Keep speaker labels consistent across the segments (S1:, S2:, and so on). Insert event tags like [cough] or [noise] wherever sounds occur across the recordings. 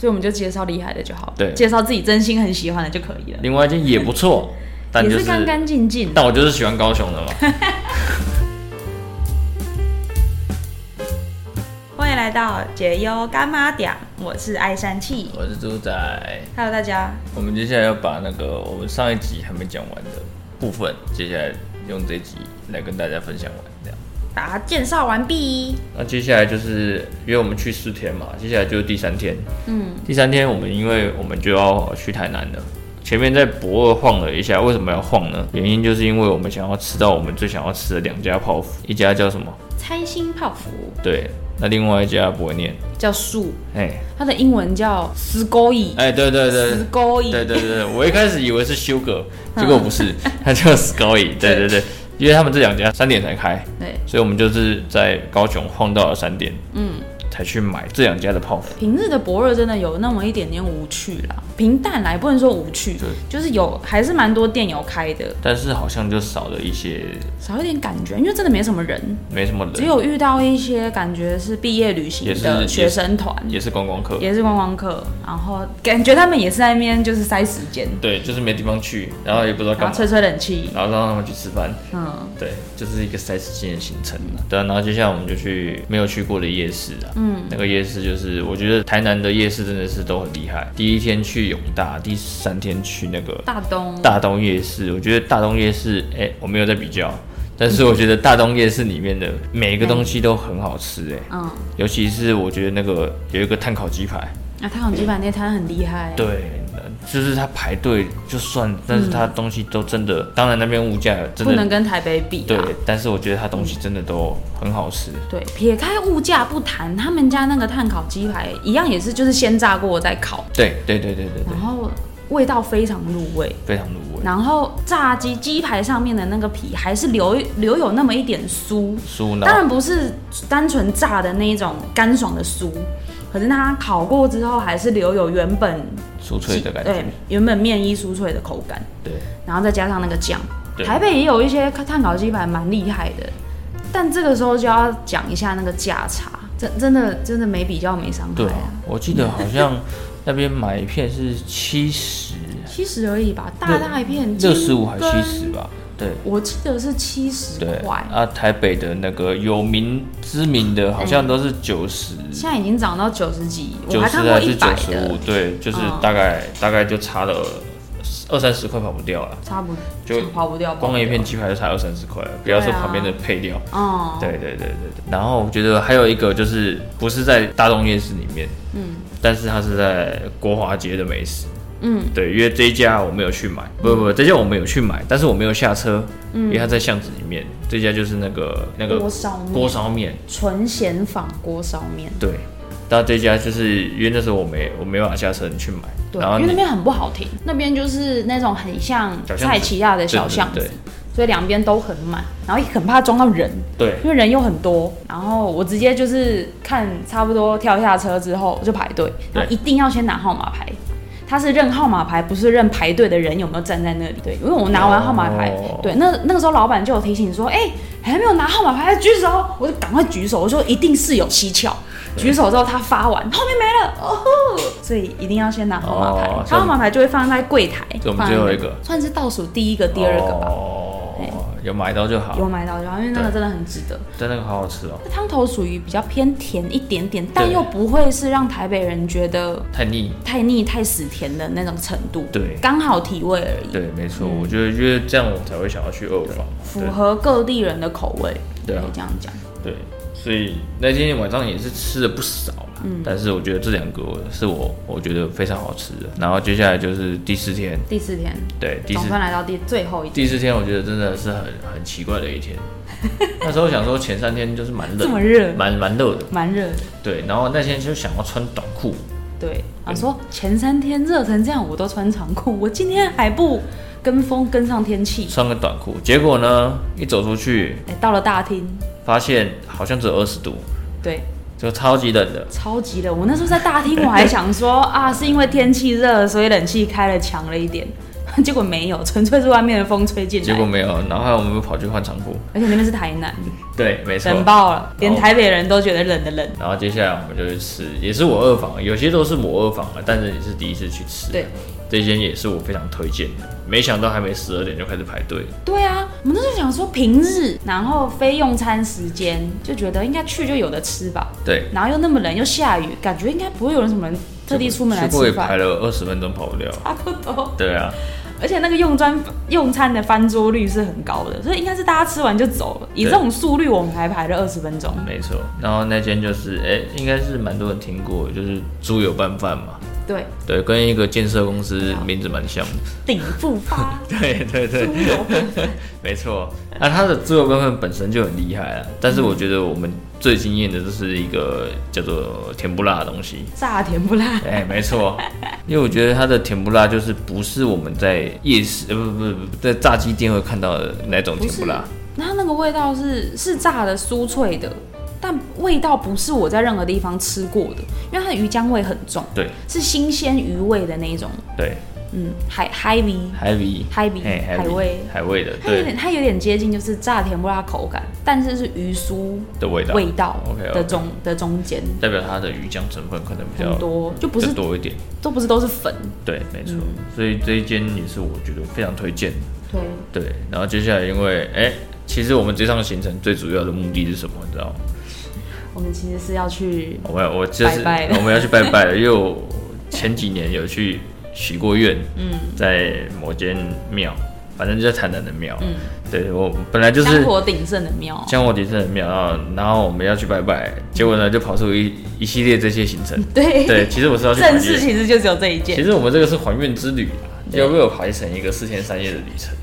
S1: 所以我们就介绍厉害的就好了，
S2: 对
S1: 介绍自己真心很喜欢的就可以了，
S2: 另外一间也
S1: [laughs]
S2: 不错，但就
S1: 也是干干净净。
S2: 但我就是喜欢高雄的嘛。 [laughs]
S1: 欢迎来到解忧干妈点，我是爱山气。
S2: 我是猪仔，
S1: Hello，大家，
S2: 我们接下来要把那个我们上一集还没讲完的部分，接下来用这一集来跟大家分享完，这样。
S1: 把它介绍完毕。
S2: 那接下来就是约我们去四天嘛，接下来就是第三天。
S1: 嗯，
S2: 第三天我们因为我们就要去台南了。前面在博二晃了一下，为什么要晃呢？原因就是因为我们想要吃到我们最想要吃的两家泡芙，一家叫什么？
S1: 猜心泡芙
S2: 对，那另外一家不会念，
S1: 叫树，
S2: 哎、
S1: 它的英文叫 s c o i
S2: 哎、对对对，
S1: s c o
S2: 对
S1: i
S2: 对对，我一开始以为是修哥，结果不是，他叫 Scoy。对对对，因为他们这两家三点才开，
S1: 对，
S2: 所以我们就是在高雄晃到了三点，嗯，才去买这两家的泡芙。
S1: 平日的博热真的有那么一点点无趣啦，平淡啦，也不能说无趣
S2: 对，
S1: 就是有还是蛮多店有开的，
S2: 但是好像就少了一些，
S1: 少一点感觉，因为真的没什么人，
S2: 没什么人，
S1: 只有遇到一些感觉是毕业旅行
S2: 也是
S1: 的
S2: 也
S1: 学生团，
S2: 也是观光客，
S1: 也是观光客，然后感觉他们也是在那边就是塞时间，
S2: 对，就是没地方去，然后也不知道干
S1: 然后
S2: 嘛，
S1: 吹吹冷气，
S2: 然后让他们去吃饭，
S1: 嗯，
S2: 对，就是一个塞时间的行程啊对啊，然后接下来我们就去没有去过的夜市啊。嗯，那个夜市就是我觉得台南的夜市真的是都很厉害。第一天去永大，第三天去那个
S1: 大东
S2: 大东夜市，我觉得大东夜市，哎、我没有在比较。但是我觉得大东夜市里面的每一个东西都很好吃哎、
S1: 嗯，
S2: 尤其是我觉得那个有一个碳烤鸡排，
S1: 那太阳鸡排那摊很厉害，
S2: 对，就是它排队就算，但是它东西都真的，当然那边物价真
S1: 不
S2: 的
S1: 能跟台北比
S2: 对
S1: 啊。，
S2: 但是我觉得它东西真的都很好吃。
S1: 对，撇开物价不谈，他们家那个碳烤鸡排一样也是，就是先炸过再烤，
S2: 对对对对对对
S1: 然，后味道非常入味。
S2: 非常入味。
S1: 然后炸鸡鸡排上面的那个皮还是留留有那么一点酥，
S2: 酥
S1: 当
S2: 呢，
S1: 然不是单纯炸的那一种干爽的酥，可是它烤过之后还是留有原本
S2: 酥脆的感
S1: 对
S2: 觉。
S1: 原本面衣酥脆的口感，
S2: 对，
S1: 然后再加上那个酱。
S2: 对
S1: 台北也有一些碳烤鸡排蛮厉害的，但这个时候就要讲一下那个价差，真真的真的没比较没伤害
S2: 对
S1: 啊，，
S2: 我记得好
S1: [laughs]
S2: 像那边买一片是七十，
S1: 七十而已吧，大大一片，
S2: 六十五还
S1: 金
S2: 七
S1: 根
S2: 十吧？对
S1: 我记得是七十
S2: 对。
S1: 块，
S2: 啊，台北的那个有名知名的，好像都是九十、
S1: 现在已经涨到九十几，我
S2: 九
S1: 还
S2: 十
S1: 看过
S2: 还
S1: 一
S2: 是九
S1: 百
S2: 十
S1: 的
S2: 五，，对，就是
S1: 嗯
S2: 大概、大概就差了二三十块跑不掉了。
S1: 差不
S2: 就
S1: 跑不掉，
S2: 光一片
S1: 跑
S2: 鸡排就差二三十块了，不要说
S1: 对啊
S2: 旁边的配料。
S1: 不掉，哦，
S2: 对对对对对。然后我觉得还有一个就是不是在大众夜市里面，嗯，但是它是在国华街的美食。
S1: 嗯，
S2: 对，因为这一家我没有去买，不不，不这家我没有去买，但是我没有下车，嗯、因为它在巷子里面。这家就是那个那个
S1: 锅烧面
S2: 锅烧面，
S1: 纯咸仿锅烧面，
S2: 对。然后这家就是因为那时候我没我没办法下车，你去买，
S1: 对
S2: 然后，
S1: 因为那
S2: 你
S1: 边很不好停，那边就是那种很像
S2: 小巷子
S1: 蔡奇亚的小巷
S2: 对
S1: 子，所以两边都很满，然后也很怕撞到人，
S2: 对
S1: 因为人又很多，然后我直接就是看差不多跳下车之后就排队，然后
S2: 对
S1: 一定要先拿号码牌。他是认号码牌，不是认排队的人有没有站在那里。对，因为我拿完号码牌，
S2: 哦
S1: 对，那那个时候老板就有提醒说，哎、还没有拿号码牌，举手，我就赶快举手，我说一定是有蹊跷。举手之后他发完，后面没了，哦吼，所以一定要先拿号码牌，
S2: 哦
S1: 他号码牌就会放在柜台，
S2: 所以我们
S1: 放在
S2: 最后
S1: 那
S2: 一个
S1: 算是倒数第一个、第二个吧，
S2: 哦，有买到就好
S1: 有，买到就好，因为那个
S2: 对
S1: 真的很值得。
S2: 真的好好吃哦，
S1: 汤头属于比较偏甜一点点，但又不会是让台北人觉得
S2: 太腻。
S1: 太腻、太死甜的那种程度，
S2: 对
S1: 刚好体味而已，
S2: 对，没错，
S1: 嗯
S2: 我觉得因为这样我才会想要去二房。对
S1: 符合各地人的口味，
S2: 对啊
S1: 可以这样讲。
S2: 对，所以那天晚上也是吃了不少啦。
S1: 嗯
S2: 但是我觉得这两个是我我觉得非常好吃的。然后接下来就是第四天，
S1: 第四天，
S2: 对，第
S1: 总
S2: 四
S1: 算来到第最后一天，
S2: 第四天我觉得真的是很很奇怪的
S1: [laughs]
S2: 一天。那时候想说前三天就是蛮冷，
S1: 这么热
S2: 蛮蛮热的。
S1: 蛮热的，
S2: 对，然后那天就想要穿短裤，
S1: 对。啊，说前三天热成这样，我都穿长裤，我今天还不跟风跟上天气。
S2: 穿个短裤，结果呢，一走出去
S1: 哎、到了大厅，
S2: 发现好像只有二十度，
S1: 对，
S2: 就超级冷的。
S1: 超级
S2: [laughs]
S1: 冷。我那时候在大厅，我还想说啊，是因为天气热，所以冷气开了强了一点。 [laughs] 结果没有，纯粹是外面的风吹进
S2: 结果
S1: 来，
S2: 没有，然后后来我们又跑去换仓库，
S1: 而且那边是台南，
S2: 对，没错。
S1: 冷爆了，连
S2: 哦
S1: 台北人都觉得冷的冷。
S2: 然后接下来我们就去吃，也是我二访，有些都是我二访了，但是也是第一次去吃。
S1: 对，
S2: 这间也是我非常推荐的，没想到还没十二点就开始排队了。
S1: 对啊，我们那时候想说平日，然后非用餐时间，就觉得应该去就有的吃吧。
S2: 对，
S1: 然后又那么冷又下雨，感觉应该不会有人什么人特地出门来
S2: 结果
S1: 吃
S2: 也排
S1: 饭，
S2: 了二十分钟跑不了。
S1: 差不多。
S2: 对啊，
S1: 而且那个用餐用餐的翻桌率是很高的，所以应该是大家吃完就走了。以
S2: 对
S1: 这种速率，我们还排了二十分钟。
S2: 没错。然后那间就是，哎、应该是蛮多人听过，就是猪油拌饭嘛。
S1: 对，
S2: 对，跟一个建设公司
S1: 啊
S2: 名字蛮像的。 [laughs]
S1: 顶复 [laughs] 发
S2: 对对对
S1: 猪，油拌饭，
S2: 没错。那、它的猪油拌饭本身就很厉害了，啊但是我觉得我们最惊艳的就是一个叫做甜不辣的东西。
S1: 炸甜不辣。
S2: 哎、没错，因为我觉得它的甜不辣就是不是我们在夜市，呃，不不不，在炸鸡店会看到的那种甜不辣。
S1: 那它那个味道是是炸的酥脆的，但味道不是我在任何地方吃过的，因为它的鱼浆味很重，
S2: 对
S1: 是新鲜鱼味的那一种，
S2: 对，
S1: 嗯，海海味，
S2: 海味，
S1: 海味，
S2: 哎、
S1: 海味，
S2: 海味的，
S1: 它有
S2: 对
S1: 点它有点接近就是炸甜不辣口感，但是是鱼酥
S2: 的味道，
S1: 味道
S2: 啊 OK，OK
S1: 的中的中间
S2: 代表它的鱼浆成分可能比较
S1: 很多，嗯就不
S2: 比较
S1: 是
S2: 多一点。
S1: 都不是都是粉，
S2: 对，没错。所以这一间也是我觉得非常推荐的。
S1: 对，
S2: 对，然后接下来因为哎、其实我们这趟行程最主要的目的是什么？你知道吗？
S1: 我们其实是要去
S2: 我们我就是
S1: 拜拜
S2: 我们要去拜拜了，因为我前几年有去许过愿，嗯，在某间庙，反正就在台南的庙，嗯，对我本来就
S1: 香
S2: 是
S1: 火鼎盛的庙，
S2: 香火鼎盛的庙，然后然后我们要去拜拜，结果呢就跑出一一系列这些行
S1: [laughs]
S2: 程。
S1: 对，
S2: 对，其实我是要去
S1: 正
S2: 还
S1: 事
S2: 愿，
S1: 其实就只有这一件
S2: 其，实我们这个是还愿之旅啊啦，要被我排成一个四天三夜的旅程。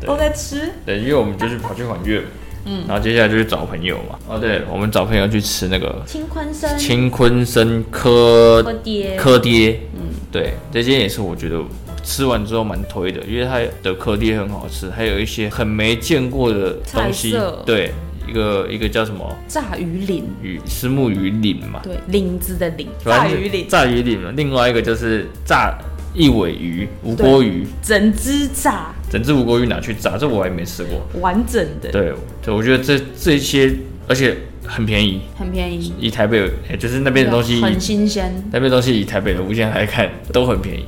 S2: 对
S1: 都在吃，
S2: 对，因为我们就是跑去还愿，嗯，然后接下来就去找朋友嘛。哦，对，我们找朋友去吃那个
S1: 青坤生
S2: 青坤生科
S1: 锅爹
S2: 科爹，嗯，对，这间也是我觉得吃完之后蛮推的，因为它的科爹很好吃，还有一些很没见过的东西
S1: 菜色，
S2: 对，一个一个叫什么
S1: 炸鱼鳞，
S2: 鱼石目鱼鳞嘛，
S1: 对，鳞子的鳞，炸
S2: 反正
S1: 鱼鳞，
S2: 炸鱼鳞嘛，另外一个就是炸一尾鱼无锅鱼，
S1: 整只炸，
S2: 整只无锅鱼拿去炸，这我还没吃过。
S1: 完整的，
S2: 对，对，我觉得这这些，而且很便宜，
S1: 很便宜，
S2: 以台北，哎就是那边的东西，
S1: 很新鲜。
S2: 那边的东西以台北的物件来看都很便宜。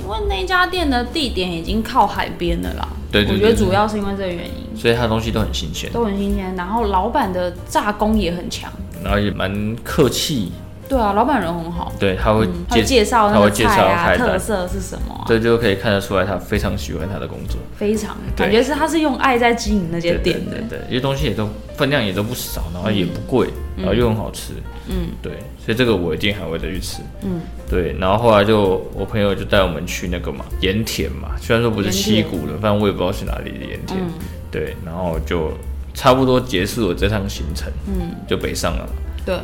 S1: 因为那家店的地点已经靠海边了啦，
S2: 对对对
S1: 我觉得主要是因为这个原因，
S2: 所以它的东西都很新鲜，
S1: 都很新鲜，然后老板的炸工也很强，
S2: 然后也蛮客气，
S1: 对啊，老板人很好，
S2: 对，他会
S1: 嗯他会介绍那
S2: 他
S1: 个
S2: 会嗯介
S1: 菜
S2: 绍
S1: 啊，
S2: 菜
S1: 特
S2: 单，
S1: 色是什么啊、
S2: 这就可以看得出来他非常喜欢他的工作。
S1: 非常
S2: 对
S1: 感觉是他是用爱在经营那些
S2: 对对
S1: 店的
S2: 对，对，因为东西也都分量也都不少，然后也不贵，然后又很好吃，
S1: 嗯，
S2: 对，所以这个我一定还会再去吃，
S1: 嗯，
S2: 对，然后后来就我朋友就带我们去那个嘛盐田嘛，虽然说不是溪谷的，反正我也不知道去哪里的盐田，
S1: 嗯
S2: 对，然后就差不多结束了这趟行程，
S1: 嗯，
S2: 就北上了嘛，
S1: 对，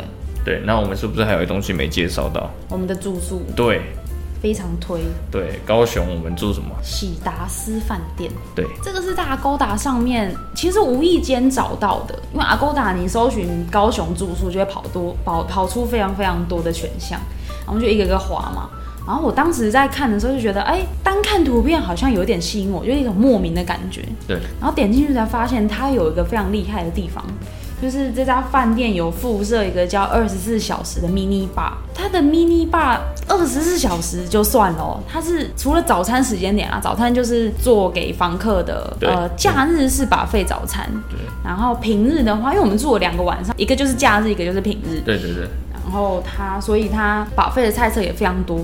S2: 对，那我们是不是还有东西没介绍到？
S1: 我们的住宿
S2: 对
S1: 非常推
S2: 对，高雄我们住什么？
S1: 喜达斯饭店。
S2: 对
S1: 这个是在 Agoda 上面，其实无意间找到的，因为 Agoda 你搜寻高雄住宿就会跑多跑跑出非常非常多的选项，然后就一个一个划嘛。然后我当时在看的时候就觉得，哎，单看图片好像有点吸引我，就一种莫名的感觉。
S2: 对，
S1: 然后点进去才发现它有一个非常厉害的地方，就是这家饭店有附设一个叫二十四小时的 mini bar，它的 mini bar 二十四小时就算了哦，它是除了早餐时间点啊，早餐就是做给房客的，
S2: 对
S1: 呃，假日是把费早餐，
S2: 对
S1: 然后平日的话，因为我们住了两个晚上，一个就是假日，一个就是平日，
S2: 对对对，
S1: 然后它所以它把费的菜色也非常多，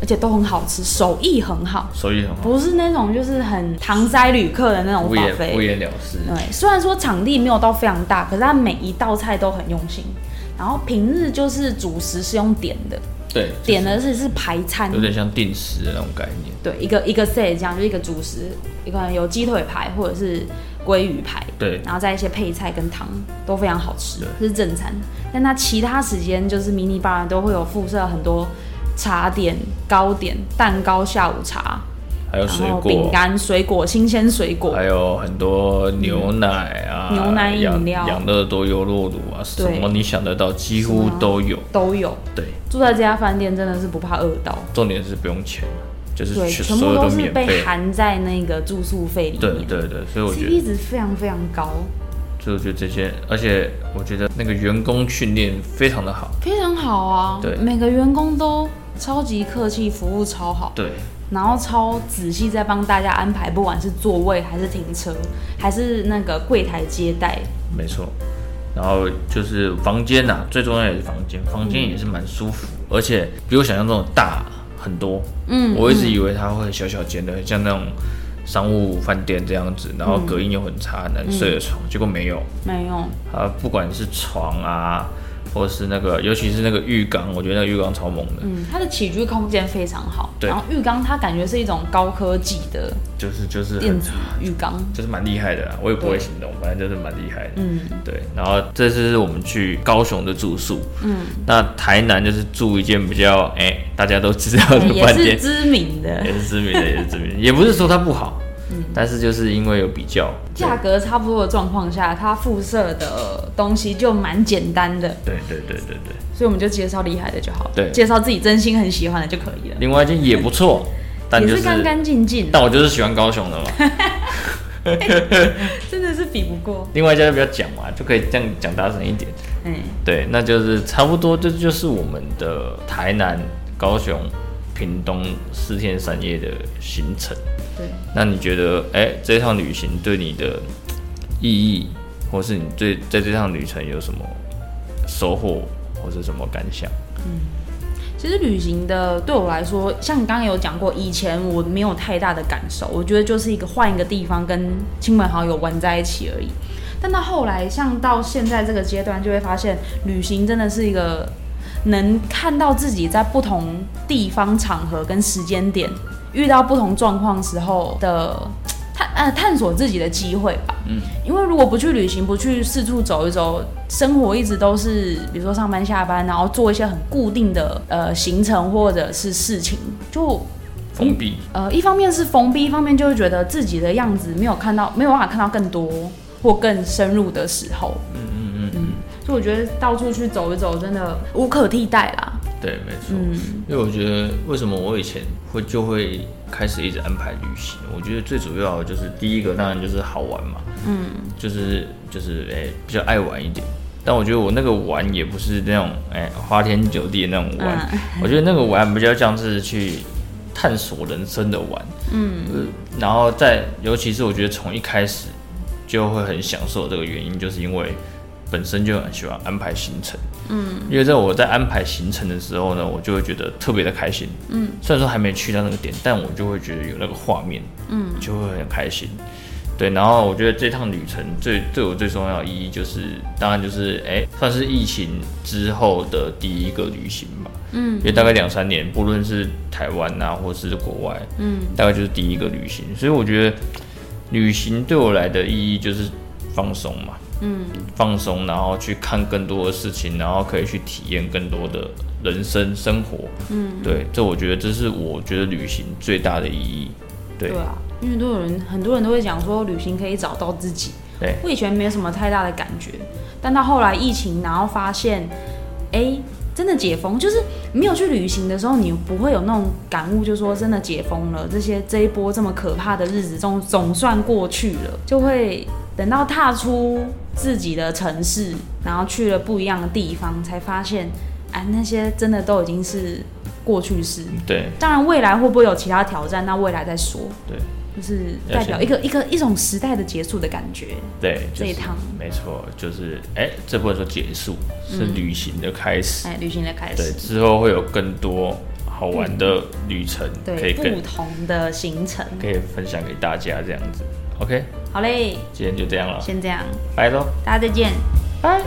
S1: 而且都很好吃，手艺很好。
S2: 手艺很好，
S1: 不是那种就是很搪塞旅客的那种
S2: 敷
S1: 把
S2: 衍
S1: 费，
S2: 敷衍了事，
S1: 对，虽然说场地没有到非常大，可是它每一道菜都很用心。然后平日就是主食是用点的，
S2: 对，
S1: 点的是是排餐
S2: 有，点像定时的那种概念，
S1: 对，一个一个 set 这样，就一个主食，一个有鸡腿排或者是鲑鱼排，
S2: 对
S1: 然后再一些配菜跟汤都非常好吃，这是正餐。但它其他时间就是迷你 bar 都会有附设很多茶点、糕点、蛋糕、下午茶，
S2: 还有
S1: 然
S2: 水
S1: 后饼
S2: 果，哎
S1: 干、水果、新鲜水果，
S2: 还有很多牛奶啊，
S1: 嗯牛奶饮
S2: 养
S1: 料
S2: 养乐多、优酪乳啊，什么你想得到几乎都有。
S1: 都有。
S2: 对，
S1: 住在这家饭店真的是不怕饿到。
S2: 重点是不用钱，就是
S1: 对，全
S2: 所
S1: 部
S2: 有
S1: 都
S2: 都
S1: 是
S2: 免
S1: 被啊
S2: 费。
S1: 含在那个住宿费里面。
S2: 对对对，所以我觉得
S1: CP 值非常非常高，
S2: 所以我觉得这些，而且我觉得那个员工训练非常的好。
S1: 非常好啊。
S2: 对
S1: 每个员工都超级客气，服务超好，
S2: 对，
S1: 然后超仔细在帮大家安排，不管是座位还是停车，还是那个柜台接待，
S2: 没错。然后就是房间呐、最重要也是房间，房间也是蛮舒服，而且比我想象中的大很多。
S1: 嗯，
S2: 我一直以为它会小小间的，很像那种商务饭店这样
S1: 嗯
S2: 子，然后隔音又很差，很难睡的床，结果没有。
S1: 没有，
S2: 啊，不管是床啊，或是那个，尤其是那个浴缸，我觉得那个浴缸超猛的，
S1: 嗯，它的起居空间非常好，
S2: 对
S1: 然后浴缸它感觉是一种高科技的
S2: 就是就是
S1: 电
S2: 很
S1: 子浴缸，
S2: 就是蛮厉害的啊啦，我也不会
S1: 对
S2: 形容，反正就是蛮厉害的。
S1: 嗯
S2: 对，然后这次是我们去高雄的住宿，
S1: 嗯，
S2: 那台南就是住一间比较哎、大家都知道的
S1: 也
S2: 饭
S1: 是
S2: 店，
S1: 知名的
S2: [laughs] 也，是知名的，也是知名的，也不是说它不好，但是就是因为有比较，
S1: 价格差不多的状况下，它附设的东西就蛮简单的，
S2: 对对对对对，
S1: 所以我们就介绍厉害的就好了，
S2: 对
S1: 介绍自己真心很喜欢的就可以了，
S2: 另外一间也不错，但
S1: 也
S2: 就是
S1: 干干净净，
S2: 但我就是喜欢高雄的嘛，
S1: 真的是比不过，
S2: 另外一家就不要讲嘛，就可以这样讲大声一点。
S1: 哎、
S2: 对，那就是差不多，这就是我们的台南、高雄、屏东四天三夜的行程。
S1: 对。
S2: 那你觉得，哎、这趟旅行对你的意义，或是你对在这趟旅程有什么收获，或是什么感想？
S1: 其实旅行的对我来说，像你刚刚有讲过，以前我没有太大的感受，我觉得就是一个换一个地方跟亲朋好友玩在一起而已。但到后来，像到现在这个阶段，就会发现旅行真的是一个能看到自己在不同地方、场合跟时间点遇到不同状况时候的探呃探索自己的机会吧。嗯，因为如果不去旅行，不去四处走一走，生活一直都是比如说上班下班，然后做一些很固定的呃行程或者是事情，就
S2: 封闭，
S1: 呃，一方面是封闭，一方面就会觉得自己的样子没有看到，没有办法看到更多或更深入的时候。嗯嗯嗯嗯。所以我觉得到处去走一走，真的无可替代啦。
S2: 对，没错。因为我觉得，为什么我以前会就会开始一直安排旅行？我觉得最主要的就是第一个，当然就是好玩嘛。嗯，就是就是诶、比较爱玩一点。但我觉得我那个玩也不是那种诶、花天酒地的那种玩，我觉得那个玩比较像是去探索人生的玩。嗯，然后再尤其是我觉得从一开始就会很享受这个原因，就是因为本身就很喜欢安排行程。因为在我在安排行程的时候呢，我就会觉得特别的开心。嗯，虽然说还没去到那个点，但我就会觉得有那个画面，嗯，就会很开心。对，然后我觉得这趟旅程最对我最重要的意义就是，当然就是哎、算是疫情之后的第一个旅行吧。嗯，因为大概两三年，不论是台湾啊，或是国外，嗯，大概就是第一个旅行，所以我觉得旅行对我来的意义就是放松嘛。放松，然后去看更多的事情，然后可以去体验更多的人生生活。嗯，对，这我觉得这是我觉得旅行最大的意义。对
S1: 对啊，因为都有人很多人都会讲说，旅行可以找到自己。
S2: 对
S1: 我以前没有什么太大的感觉，但到后来疫情，然后发现，哎、真的解封，就是没有去旅行的时候，你不会有那种感悟，就说真的解封了，这些这一波这么可怕的日子总总算过去了，就会等到踏出自己的城市，然后去了不一样的地方，才发现，哎、那些真的都已经是过去式。
S2: 对
S1: 当然，未来会不会有其他挑战，那未来再说。
S2: 对
S1: 就是代表一个一个一种时代的结束的感觉。
S2: 对，
S1: 这一趟
S2: 就是、没错，就是哎，这不能说结束，是旅行的开始。
S1: 哎，旅行的开
S2: 对，
S1: 始，
S2: 之后会有更多好玩的旅程可
S1: 对
S2: 以跟
S1: 不同的行程。
S2: 可以分享给大家这样子。OK，
S1: 好嘞，
S2: 今天就这样了，
S1: 先这样，
S2: 拜喽。
S1: 大家再见，拜。